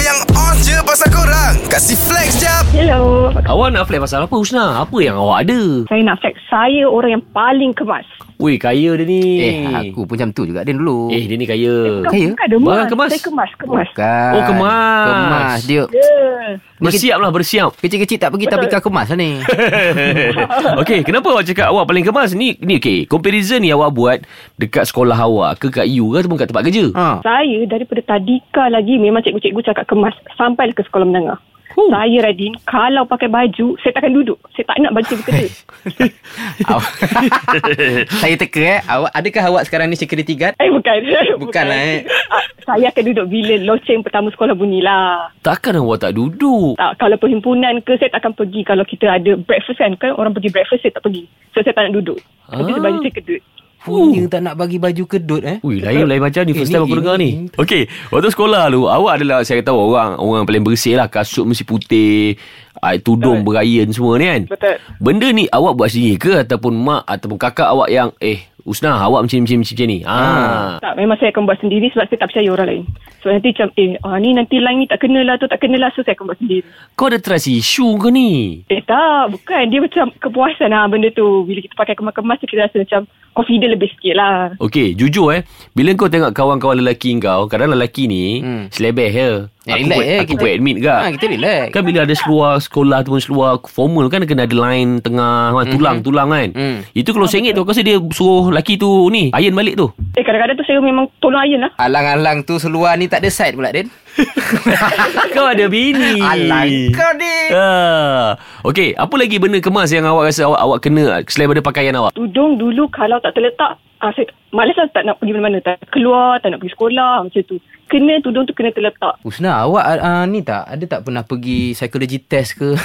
yang on je pasal korang Kasih flex jap Hello. Awak nak flex pasal apa Husna? Apa yang awak ada? Saya nak flex saya orang yang paling kemas. Weh, kaya dia ni. Eh, aku pun macam tu juga Din dulu. Eh, dia ni kaya. Saya? Bukan demas. Barang kemas? Saya kemas, kemas. Ya. Bukan. Oh, kemas. Kemas dia. Yeah. Bersiap lah, bersiap. Kecil-kecil tak pergi tapi kau kemas lah ni. Okey, kenapa awak cakap awak paling kemas ni? Ni okey, comparison ni awak buat dekat sekolah awak ke kat you ke ataupun kat tempat kerja? ha. Saya daripada tadika lagi memang cikgu-cikgu cakap kemas sampai ke sekolah menengah. Huh. Saya Radin Kalau pakai baju Saya takkan duduk Saya tak nak baju bekerja Awak- Saya teka eh. Awak adakah awak sekarang ni security guard? Eh bukan Bukanlah, eh. Ah, Saya akan duduk bila Loceng pertama sekolah bunyilah Takkan awak tak duduk. tak, kalau perhimpunan ke saya takkan pergi kalau kita ada breakfast kan kan orang pergi breakfast saya tak pergi so saya tak nak duduk tapi Ah. sebab saya kedut Punya tak nak bagi baju kedut eh. Ui, lain lain macam ni Eh, first ni- time aku ini- dengar ni. Okey, waktu sekolah dulu awak adalah saya kata orang orang paling bersih lah, kasut mesti putih, ah, tudung berayan semua ni kan. Betul. Benda ni awak buat sendiri ke ataupun mak ataupun kakak awak yang eh Usna awak macam macam macam, macam ni. Ha. Hmm. tak memang saya akan buat sendiri sebab saya tak percaya orang lain so nanti macam eh ah, ni nanti line ni tak kenalah tu tak kenalah so saya akan buat sendiri Kau ada trust issue ke ni? eh tak bukan dia macam kepuasan lah benda tu bila kita pakai kemas-kemas tu kita rasa macam confident lebih sikit lah Okey, jujur eh. Bila kau tengok kawan-kawan lelaki kau, kadang lelaki ni hmm. selebeh je. aku Ya, relax buat, je, aku kita- buat admit ke? Ha, kita relax. Kan bila ada seluar sekolah ataupun seluar formal kan kena ada line tengah kan, tulang-tulang kan. Mm. Itu kalau sengit tu aku rasa dia suruh lelaki tu ni iron balik tu. eh kadang-kadang tu saya memang tolong iron lah Alang-alang tu seluar ni tak ada side pula, Din. kau ada bini. Alang kau, Din. Ah. Okey, apa lagi benda kemas yang awak rasa awak awak kena selain daripada pakaian awak? tudung dulu kalau tak terletak ah, saya malas lah tak nak pergi mana-mana tak nak keluar tak nak pergi sekolah macam tu kena tudung tu kena terletak Usna, awak uh, ni tak? Ada tak pernah pergi psychology test ke?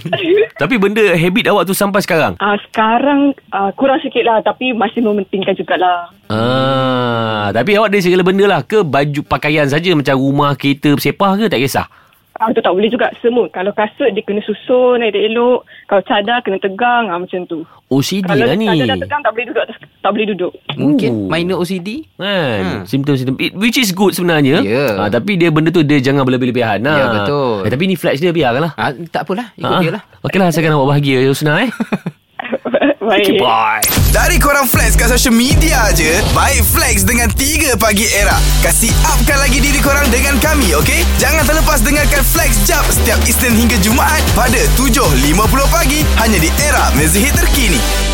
Tapi benda habit awak tu sampai sekarang. Ah sekarang ah, kurang sikit lah tapi masih mementingkan jugalah. Ah, tapi awak ada segala benda lah ke baju pakaian saja macam rumah, kereta, sepah ke tak kisah. Ah tu tak boleh juga semua. Kalau kasut dia kena susun elok-elok, kalau cadar kena tegang ah macam tu. OCD Kalau lah ni. cadar dah tegang tak boleh duduk atas, tak boleh duduk. Mungkin Ooh. minor OCD? Kan Hmm. Simptom-simptom It- Which is good sebenarnya Ya. Ah, Tapi dia benda tu Dia jangan berlebih-lebihan lah. Ya, betul. eh, Tapi ni flex dia biarkan lah Ha, tak apalah, ikut Ah. dia lah. Okey lah Asalkan awak bahagia Yusna eh Baik. Bye Dari korang flex kat social media je Baik flex dengan 3 pagi era Kasih upkan lagi diri korang dengan kami okay? Jangan terlepas dengarkan flex jap Setiap Isnin hingga Jumaat Pada 7.50 pagi Hanya di era mezihit terkini